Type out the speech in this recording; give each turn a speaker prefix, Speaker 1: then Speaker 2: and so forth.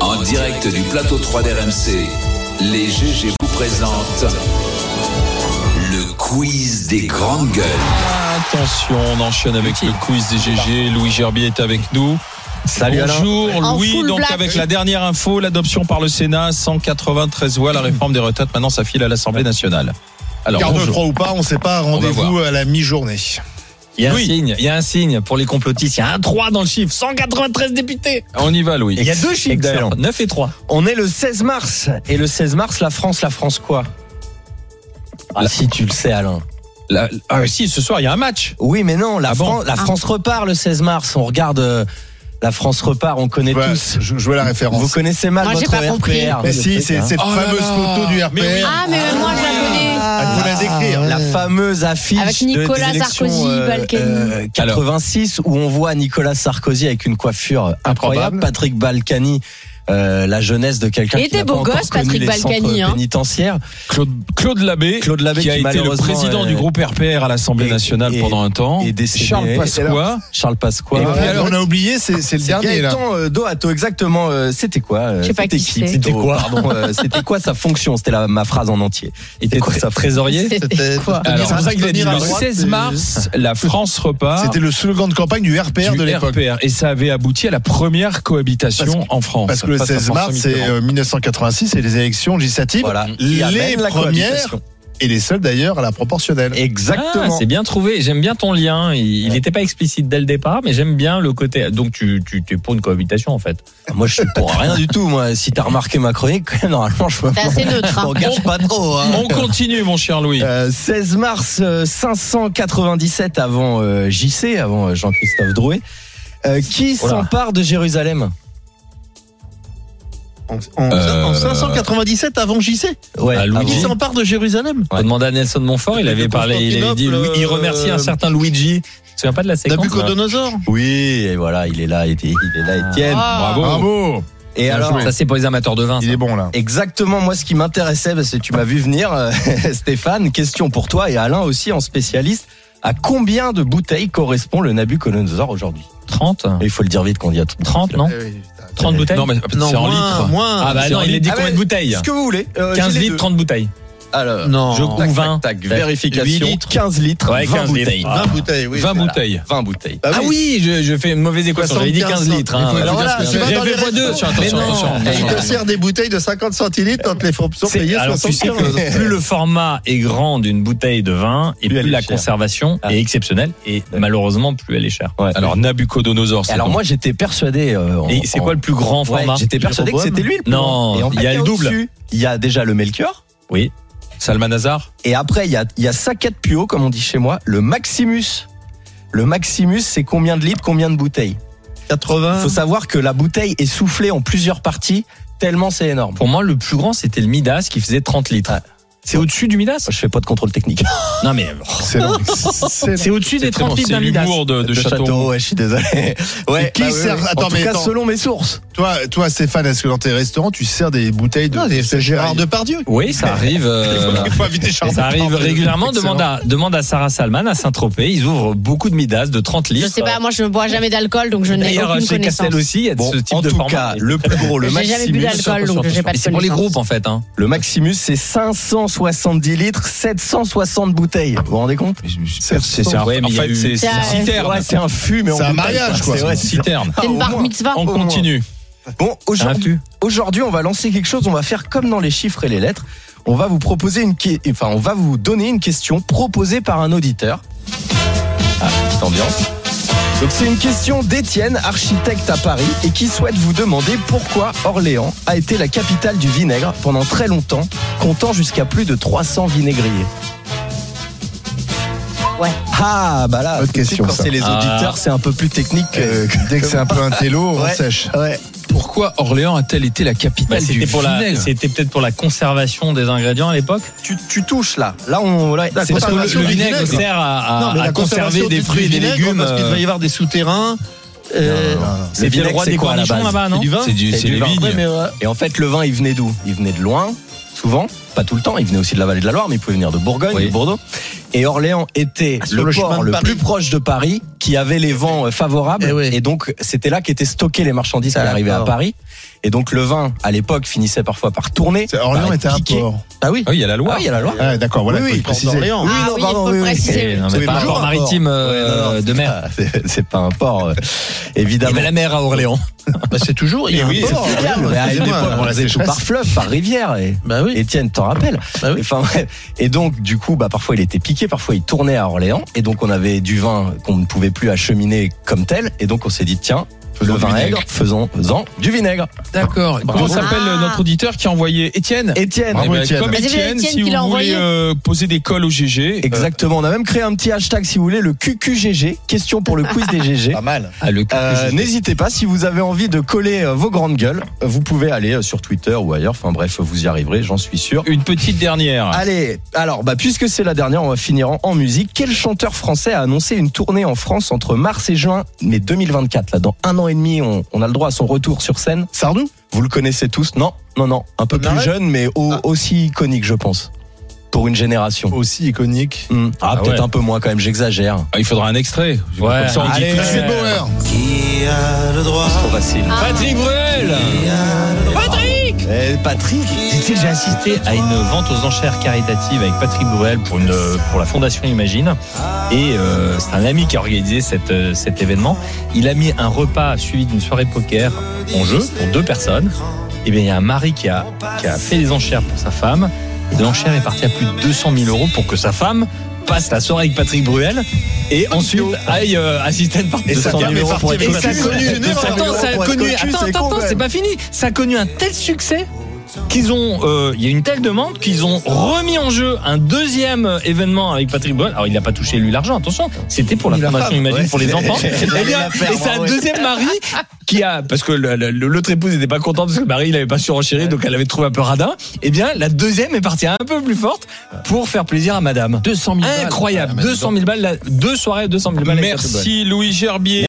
Speaker 1: En direct du plateau 3 d'RMC, les GG vous présentent le quiz des grandes gueules.
Speaker 2: Attention, on enchaîne avec le quiz des GG. Louis Gerbier est avec nous.
Speaker 3: Salut,
Speaker 2: Bonjour
Speaker 4: En
Speaker 2: Louis,
Speaker 4: full
Speaker 2: donc
Speaker 4: black.
Speaker 2: avec la dernière info, l'adoption par le Sénat, 193 voix, la réforme des retraites, maintenant ça file à l'Assemblée nationale. Alors,
Speaker 3: Quart de
Speaker 2: bonjour.
Speaker 3: trois ou pas, on sait pas.
Speaker 2: va
Speaker 3: Rendez-vous euh, à la mi-journée.
Speaker 5: Il y a
Speaker 2: Oui.
Speaker 5: un signe, il y a un signe pour les complotistes, il y a un 3 dans le chiffre, 193 députés.
Speaker 2: on y va Louis.
Speaker 5: Il y a deux chiffres
Speaker 6: Excellent.
Speaker 5: d'ailleurs, 9 et 3.
Speaker 6: On est le 16 mars. Et le 16 mars, la France, la France quoi
Speaker 5: Ah si tu le sais Alain.
Speaker 2: La- ah si, ce soir il y a un match.
Speaker 6: Oui, mais non, la,
Speaker 2: Ah bon
Speaker 6: Fran- la France repart le 16 mars. On regarde euh, la France repart, on connaît
Speaker 3: Ouais,
Speaker 6: tous.
Speaker 3: je, je veux la
Speaker 6: Vous
Speaker 3: référence.
Speaker 6: connaissez mal
Speaker 4: Moi, j'ai
Speaker 6: votre
Speaker 4: pas compris.
Speaker 6: RPR.
Speaker 3: Mais
Speaker 6: le
Speaker 3: si,
Speaker 6: truc,
Speaker 3: c'est
Speaker 6: hein.
Speaker 3: cette
Speaker 2: Oh là
Speaker 3: fameuse
Speaker 2: là.
Speaker 3: photo du RPR.
Speaker 2: Mais oui.
Speaker 4: Ah, mais même moi, je la connais.
Speaker 3: Ah, faut la décrire.
Speaker 6: La fameuse affiche
Speaker 4: Avec
Speaker 6: de- des
Speaker 4: Nicolas
Speaker 6: élections,
Speaker 4: Sarkozy, Balkany.
Speaker 6: 86 où on voit Nicolas Sarkozy avec une coiffure incroyable,
Speaker 3: Improbable.
Speaker 6: Patrick Balkany. euh, la jeunesse de quelqu'un
Speaker 4: Il
Speaker 6: qui
Speaker 4: était
Speaker 6: n'a
Speaker 4: beau
Speaker 6: pas encore
Speaker 4: gosse,
Speaker 6: connu
Speaker 4: Patrick
Speaker 6: les centres
Speaker 4: Balkany, hein.
Speaker 6: pénitentiaires.
Speaker 2: Claude, Claude Labbé,
Speaker 6: Claude Labbé,
Speaker 2: qui a
Speaker 6: qui
Speaker 2: été le
Speaker 6: malheureusement,
Speaker 2: président
Speaker 6: euh,
Speaker 2: du groupe RPR à l'Assemblée
Speaker 6: et-
Speaker 2: nationale
Speaker 6: et-
Speaker 2: pendant un temps.
Speaker 6: et décédé.
Speaker 2: Charles
Speaker 6: Et
Speaker 2: Pasqua.
Speaker 6: Charles Pasqua.
Speaker 3: Et
Speaker 6: Ouais.
Speaker 3: puis, on a oublié, c'est c'est le
Speaker 6: C'est
Speaker 3: dernier là.
Speaker 6: Gaëtan euh, Doato, exactement. euh, c'était quoi euh,
Speaker 4: Je sais pas
Speaker 6: C'était
Speaker 4: qui c'est.
Speaker 6: C'était quoi Pardon, euh, C'était quoi sa fonction C'était la- ma phrase en entier. Il était sa trésorier
Speaker 4: C'était quoi
Speaker 2: Alors,
Speaker 3: C'est pour ça qu'il a dit
Speaker 2: le
Speaker 3: à droite,
Speaker 2: 16
Speaker 3: c'est-
Speaker 2: mars, la France
Speaker 5: Ah.
Speaker 2: repart.
Speaker 3: C'était le slogan de campagne du RPR
Speaker 2: du
Speaker 3: de l'époque.
Speaker 2: RPR. Et ça avait abouti à la première cohabitation
Speaker 3: Parce
Speaker 2: en France.
Speaker 3: Parce que le
Speaker 2: Face à
Speaker 3: 16
Speaker 2: François
Speaker 3: mars, c'est
Speaker 2: Mitterrand.
Speaker 3: euh, 1986 et les élections législatives.
Speaker 6: Voilà. Il y a
Speaker 3: Les
Speaker 6: même la
Speaker 3: premières
Speaker 6: cohabitation.
Speaker 3: et les seules d'ailleurs à la proportionnelle.
Speaker 6: Exactement.
Speaker 5: Ah, c'est bien trouvé, j'aime bien ton lien, il n'était pas explicite dès le départ, mais j'aime bien le côté... Donc tu, tu, tu es pour une cohabitation en fait.
Speaker 6: moi, je suis pour rien du tout. Moi, si t'as remarqué ma chronique, normalement, je me
Speaker 4: C'est assez neutre. hein.
Speaker 6: m'engage pas trop.
Speaker 3: Ah.
Speaker 6: hein.
Speaker 2: On continue, mon cher Louis.
Speaker 6: Euh, 16 mars euh, 597 avant euh, JC, avant euh, Jean-Christophe Drouet. Euh, qui
Speaker 5: Oh là.
Speaker 6: s'empare de Jérusalem
Speaker 3: En, en-
Speaker 2: Euh,
Speaker 3: en 597 avant JC
Speaker 6: Ouais,
Speaker 5: Ah, Louis
Speaker 6: avant-
Speaker 5: Qui J.
Speaker 3: s'empare de Jérusalem
Speaker 5: On demandait à Nelson Montfort, il avait parlé, il avait dit, Louis- il remerciait un certain Luigi. Tu te souviens pas de la séquence hein
Speaker 3: euh, Nabucodonosor
Speaker 6: Oui, et voilà, il est là, il est, il est là, Étienne.
Speaker 4: Ah.
Speaker 2: Bravo.
Speaker 3: Bravo
Speaker 6: Et
Speaker 3: Bien
Speaker 6: alors,
Speaker 3: joué.
Speaker 5: Ça c'est pour les amateurs de vin.
Speaker 3: Il est bon là.
Speaker 6: Exactement, moi ce qui m'intéressait, parce que tu m'as vu venir, euh, Stéphane, question pour toi et Alain aussi en spécialiste. À combien de bouteilles correspond le Nabucodonosor aujourd'hui
Speaker 5: 30
Speaker 6: Il faut le dire vite qu'on dit à tout.
Speaker 5: 30 non
Speaker 3: Eh oui, putain.
Speaker 5: 30 bouteilles
Speaker 2: Non, mais c'est en litres.
Speaker 5: Ah bah
Speaker 2: c'est
Speaker 5: non,
Speaker 2: en
Speaker 5: il est dit
Speaker 6: litres.
Speaker 5: combien
Speaker 6: Ah
Speaker 5: de
Speaker 6: ouais,
Speaker 5: bouteilles
Speaker 6: Ce que vous voulez. euh,
Speaker 5: 15
Speaker 6: j'ai les
Speaker 5: litres,
Speaker 6: deux.
Speaker 5: 30 bouteilles.
Speaker 6: Alors,
Speaker 5: Non.
Speaker 6: je
Speaker 5: Ou
Speaker 6: tac,
Speaker 5: 20.
Speaker 6: tac, tac,
Speaker 5: Ouais.
Speaker 6: vérification.
Speaker 5: Huit litres.
Speaker 6: 15 litres,
Speaker 5: Ouais,
Speaker 6: 20
Speaker 5: 15 litres.
Speaker 6: bouteilles.
Speaker 5: Ah.
Speaker 3: 20 bouteilles, oui.
Speaker 2: 20
Speaker 3: voilà.
Speaker 2: bouteilles.
Speaker 6: 20 bouteilles.
Speaker 3: Bah
Speaker 5: Ah oui, je, je fais une mauvaise équation. J'avais dit 15
Speaker 3: 75
Speaker 5: litres. hein.
Speaker 3: Il faut
Speaker 5: Alors
Speaker 3: dire
Speaker 5: voilà,
Speaker 3: ce que
Speaker 5: j'ai
Speaker 3: c'est.
Speaker 5: fait
Speaker 3: Dans les
Speaker 5: fois deux.
Speaker 3: restos.
Speaker 5: Mais
Speaker 2: Attention,
Speaker 5: non.
Speaker 2: attention,
Speaker 5: Mais
Speaker 2: attention.
Speaker 5: non.
Speaker 3: sert des bouteilles de 50 centilitres quand les fonctions
Speaker 5: C'est- alors tu sais que plus le format est grand d'une bouteille de vin et
Speaker 6: Plus
Speaker 5: plus,
Speaker 6: elle est
Speaker 5: la
Speaker 6: chère.
Speaker 5: conservation
Speaker 6: Ah.
Speaker 5: est exceptionnelle et malheureusement plus elle est chère.
Speaker 2: Alors, Nabucodonosor, c'est
Speaker 6: Alors
Speaker 2: donc-
Speaker 6: moi j'étais persuadé. euh, en-
Speaker 5: Et c'est quoi le plus grand
Speaker 6: Ouais,
Speaker 5: format
Speaker 6: J'étais persuadé que c'était lui le plus
Speaker 5: Non,
Speaker 6: grand. Et en fait,
Speaker 5: il y a le double.
Speaker 6: au-dessus, Il y a déjà le Melchior.
Speaker 2: Salmanazar
Speaker 6: Et après, il y a, il y a Sacat Puo, comme on dit chez moi, le Maximus. Le Maximus, c'est combien de litres, combien de bouteilles
Speaker 3: 80.
Speaker 6: Il faut savoir que la bouteille est soufflée en plusieurs parties, tellement c'est énorme.
Speaker 5: Pour moi, le plus grand c'était le Midas qui faisait 30 litres. C'est au-dessus du Midas
Speaker 6: Ah. Je fais pas de contrôle technique.
Speaker 5: Non mais
Speaker 3: C'est long. C'est long.
Speaker 5: c'est au-dessus des 30 litres
Speaker 2: C'est
Speaker 5: d'un Midas.
Speaker 2: l'humour de, de
Speaker 6: Le
Speaker 2: Châteauroux.
Speaker 6: ouais, je suis désolé. Ouais, bah
Speaker 3: Et qui sert-
Speaker 6: en
Speaker 3: attends,
Speaker 6: tout
Speaker 3: mais
Speaker 6: cas,
Speaker 3: attends.
Speaker 6: selon mes sources.
Speaker 3: Toi, toi, Stéphane, est-ce que dans tes restaurants, tu sers des bouteilles de.
Speaker 6: Non, des-
Speaker 3: c'est Gérard Depardieu.
Speaker 5: Oui, ça arrive. euh,
Speaker 3: Il faut inviter Charles
Speaker 5: Ça arrive
Speaker 3: Depardieu.
Speaker 5: régulièrement.
Speaker 3: Excellent.
Speaker 5: Demande à, demande à Sarah Salman à Saint-Tropez. Ils ouvrent beaucoup de Midas de 30 litres.
Speaker 4: Je sais pas, moi je ne bois jamais d'alcool donc je n'ai
Speaker 5: D'ailleurs,
Speaker 4: aucune
Speaker 5: chez Castel
Speaker 4: connaissance.
Speaker 5: aussi, il y a de
Speaker 6: Bon,
Speaker 5: ce type
Speaker 6: en
Speaker 5: de
Speaker 6: tout
Speaker 5: format.
Speaker 6: cas, le plus gros, le
Speaker 4: J'ai
Speaker 6: Maximus.
Speaker 4: jamais bu d'alcool donc j'ai
Speaker 5: Mais
Speaker 4: pas de
Speaker 5: c'est pour les
Speaker 4: connaissance.
Speaker 5: groupes en fait. Hein.
Speaker 6: Le Maximus, c'est 570 litres, 760 bouteilles. Vous vous rendez compte
Speaker 2: C'est c'est un-
Speaker 5: Ouais, mais
Speaker 2: en
Speaker 5: il y a
Speaker 2: fait,
Speaker 5: eu-
Speaker 2: c'est c'est
Speaker 4: C'est
Speaker 2: une
Speaker 4: un-
Speaker 2: citerne.
Speaker 6: Ouais, c'est un fût, mais en
Speaker 3: C'est un
Speaker 6: bouteille,
Speaker 3: mariage,
Speaker 6: quoi.
Speaker 3: quoi.
Speaker 6: C'est vrai,
Speaker 2: C'est
Speaker 6: c'est-
Speaker 2: une citerne.
Speaker 4: C'est
Speaker 6: Ah, au
Speaker 4: une bar
Speaker 6: moins.
Speaker 4: mitzvah.
Speaker 2: On continue.
Speaker 6: Bon, aujourd'hui,
Speaker 5: Aujourd'hui,
Speaker 6: Aujourd'hui, on va lancer quelque chose. On va faire comme dans les chiffres et les lettres. On va vous proposer une, que- enfin, on va vous donner une question proposée par un auditeur. Ah, petite ambiance. Donc c'est une question d'Étienne, architecte à Paris, et qui souhaite vous demander pourquoi Orléans a été la capitale du vinaigre pendant très longtemps, comptant jusqu'à plus de 300 vinaigriers.
Speaker 4: Ouais.
Speaker 6: Ah bah là,
Speaker 3: Bonne
Speaker 6: tout de suite,
Speaker 3: question,
Speaker 6: quand
Speaker 3: ça.
Speaker 6: c'est les auditeurs,
Speaker 5: Ah.
Speaker 6: c'est un peu plus technique. Que...
Speaker 3: Euh, Dès que c'est un peu un télo, on
Speaker 6: Ouais.
Speaker 3: sèche.
Speaker 6: Ouais.
Speaker 2: Pourquoi Orléans a-t-elle été la capitale
Speaker 5: Bah,
Speaker 2: du
Speaker 5: c'était pour la,
Speaker 2: vinaigre
Speaker 5: c'était peut-être pour la conservation des ingrédients à l'époque.
Speaker 6: Tu, tu touches là. Là on. là,
Speaker 3: La
Speaker 6: c'est
Speaker 5: Parce que le,
Speaker 3: Conservation
Speaker 5: le
Speaker 3: du
Speaker 5: vinaigre,
Speaker 3: vinaigre.
Speaker 5: sert à, à-
Speaker 7: Non, mais
Speaker 5: à
Speaker 7: la
Speaker 5: conserver
Speaker 7: conservation
Speaker 5: des
Speaker 7: du-
Speaker 5: fruits et
Speaker 7: du
Speaker 5: des
Speaker 7: vinaigre,
Speaker 5: légumes.
Speaker 7: Parce qu'il
Speaker 5: euh,
Speaker 7: devait y avoir des souterrains.
Speaker 3: Non,
Speaker 7: Euh,
Speaker 3: non, non.
Speaker 5: C'était le roi des cornichons là-bas, non
Speaker 7: du vin.
Speaker 2: C'est du,
Speaker 6: C'est
Speaker 2: c'est
Speaker 6: du
Speaker 2: des
Speaker 6: vin.
Speaker 2: vignes.
Speaker 7: ouais, mais euh,
Speaker 6: Et en fait, le vin, il venait d'où Il venait de loin, souvent, pas tout le temps. Il venait aussi de la vallée de la Loire, mais il pouvait venir de Bourgogne,
Speaker 2: Oui.
Speaker 6: de Bordeaux. Et Orléans était
Speaker 7: Ah, sur
Speaker 6: le,
Speaker 7: le chemin
Speaker 6: port
Speaker 7: de
Speaker 6: le
Speaker 7: Paris.
Speaker 6: plus proche de Paris, qui avait les vents euh, favorables.
Speaker 7: Eh ouais.
Speaker 6: Et donc, c'était là qu'étaient stockées les marchandises qui
Speaker 7: Ça a
Speaker 6: arrivaient à
Speaker 7: rapport.
Speaker 6: Paris. Et donc le vin, à l'époque, finissait parfois par tourner.
Speaker 3: C'est- Orléans
Speaker 6: par
Speaker 3: était un
Speaker 6: piqué.
Speaker 3: port.
Speaker 6: Ah oui.
Speaker 2: Ah oui, il y a la loi.
Speaker 6: Ah, il y a la loi.
Speaker 3: Ah, d'accord, voilà, il faut le préciser.
Speaker 4: Ah oui,
Speaker 6: non,
Speaker 4: il
Speaker 6: pardon,
Speaker 4: faut
Speaker 6: oui,
Speaker 4: le
Speaker 6: oui.
Speaker 4: préciser.
Speaker 5: Et non,
Speaker 4: oui.
Speaker 5: mais
Speaker 6: Oui,
Speaker 5: pas un
Speaker 6: bonjour,
Speaker 5: port
Speaker 6: un port.
Speaker 5: maritime euh,
Speaker 6: Ouais, non, non,
Speaker 5: de
Speaker 6: c'est
Speaker 5: mer.
Speaker 6: pas- C'est c'est pas un port, euh,
Speaker 5: Il y
Speaker 6: évidemment.
Speaker 5: avait la mer à Orléans.
Speaker 7: Bah, c'est toujours. Il y a
Speaker 3: Eh
Speaker 7: un
Speaker 3: oui,
Speaker 7: port. hein.
Speaker 3: c'est
Speaker 6: Oui,
Speaker 3: clair,
Speaker 6: mais à une
Speaker 3: excusez-moi,
Speaker 6: époque,
Speaker 3: avant
Speaker 6: on
Speaker 3: la
Speaker 6: faisait tout
Speaker 3: sécheresse.
Speaker 6: par fleuve, par rivière. Et
Speaker 7: Bah oui.
Speaker 6: Étienne t'en rappelle.
Speaker 7: Bah oui.
Speaker 6: Enfin, bref. Et donc, du coup, bah, parfois il était piqué, parfois il tournait à Orléans. Et donc, on avait du vin qu'on ne pouvait plus acheminer comme tel. Et donc, on s'est dit, tiens, le vin aigre, faisons-en du vinaigre.
Speaker 7: D'accord.
Speaker 2: Comment
Speaker 7: Bravo.
Speaker 2: s'appelle
Speaker 4: Ah.
Speaker 2: notre auditeur qui a envoyé Étienne
Speaker 6: Étienne.
Speaker 3: Bravo,
Speaker 2: Eh ben,
Speaker 3: Étienne.
Speaker 2: Comme
Speaker 4: Ah, c'est bien
Speaker 2: Étienne,
Speaker 4: Étienne
Speaker 2: si
Speaker 4: qui
Speaker 2: vous
Speaker 4: l'a
Speaker 2: voulez
Speaker 4: envoyé.
Speaker 2: euh, poser des cols au GG. euh,
Speaker 6: Exactement. On a même créé un petit hashtag, si vous voulez, le QQGG. Question pour le quiz des GG.
Speaker 7: Pas mal.
Speaker 5: Ah, le
Speaker 6: Euh, N'hésitez pas, si vous avez envie de coller euh, vos grandes gueules, euh, vous pouvez aller euh, sur Twitter ou ailleurs. Enfin bref, vous y arriverez, j'en suis sûr.
Speaker 2: une petite dernière.
Speaker 6: Allez, alors bah, puisque c'est la dernière, on va finir en, en musique. Quel chanteur français a annoncé une tournée en France entre mars et juin, mais 2024 là, dans un an et demi, on, on a le droit à son retour sur scène. Sardou Vous le connaissez tous Non, non, non, un peu plus
Speaker 7: Marais
Speaker 6: jeune, mais au-
Speaker 3: Ah.
Speaker 6: aussi iconique, je pense, pour une génération.
Speaker 3: Aussi iconique.
Speaker 6: Hmm. Ah,
Speaker 5: Ah
Speaker 6: peut-être
Speaker 5: ouais.
Speaker 6: un peu moins quand même, j'exagère.
Speaker 2: Ah, Il faudra un extrait.
Speaker 5: Ouais.
Speaker 2: Comme ça, on dit
Speaker 5: Allez.
Speaker 2: tout de
Speaker 5: Ouais.
Speaker 2: suite.
Speaker 3: C'est hein. Bauer.
Speaker 1: Qui a le droit
Speaker 6: Trop facile.
Speaker 4: Ah.
Speaker 5: Patrick Bruel
Speaker 6: Eh, Patrick
Speaker 5: Dit-il,
Speaker 3: Hein?
Speaker 5: j'ai assisté à une vente aux enchères caritatives avec Patrick Bruel pour, une, pour la Fondation Imagine. Et euh, c'est un ami qui a organisé cette, euh, cet événement. Il a mis un repas suivi d'une soirée poker en jeu pour deux personnes. Et bien, il y a un mari qui a, qui a fait des enchères pour sa femme. Et L'enchère est partie à plus de 200 000 euros pour que sa femme passe la soirée avec Patrick Bruel et ensuite aille euh, assister à une partie de
Speaker 6: Et sa
Speaker 5: 200 000
Speaker 6: femme est
Speaker 5: euros pour
Speaker 6: partie
Speaker 5: être
Speaker 6: avec
Speaker 5: passée.
Speaker 6: sa connu-
Speaker 5: Attends, ça a
Speaker 6: sa connu- pour être
Speaker 5: connu-
Speaker 6: cocu,
Speaker 5: attends,
Speaker 6: c'est
Speaker 5: attends,
Speaker 6: con,
Speaker 5: attends,
Speaker 6: quand
Speaker 5: c'est pas fini. Ça a connu un tel succès qu'ils ont, euh, il y a une telle demande qu'ils ont remis en jeu un deuxième euh, événement avec Patrick Bruel. Alors il n'a pas touché lui l'argent, attention. C'était pour la
Speaker 6: Ni la
Speaker 5: fondation
Speaker 6: femme,
Speaker 5: Imagine
Speaker 6: ouais.
Speaker 5: pour les enfants. Eh bien,
Speaker 6: l'affaire,
Speaker 5: et c'est un
Speaker 6: ouais.
Speaker 5: deuxième mari qui a, parce que le- le- le- l'autre épouse n'était pas contente parce que le mari il avait pas surenchéré, donc elle avait trouvé un peu radin. Eh bien la deuxième est partie un peu plus forte pour faire plaisir à Madame.
Speaker 7: 200 000 balles.
Speaker 5: Ah, Incroyable, 200 000 balles, la- deux soirées à 200 000 balles. avec Patrick Bruel.
Speaker 2: Merci Louis Gerbier.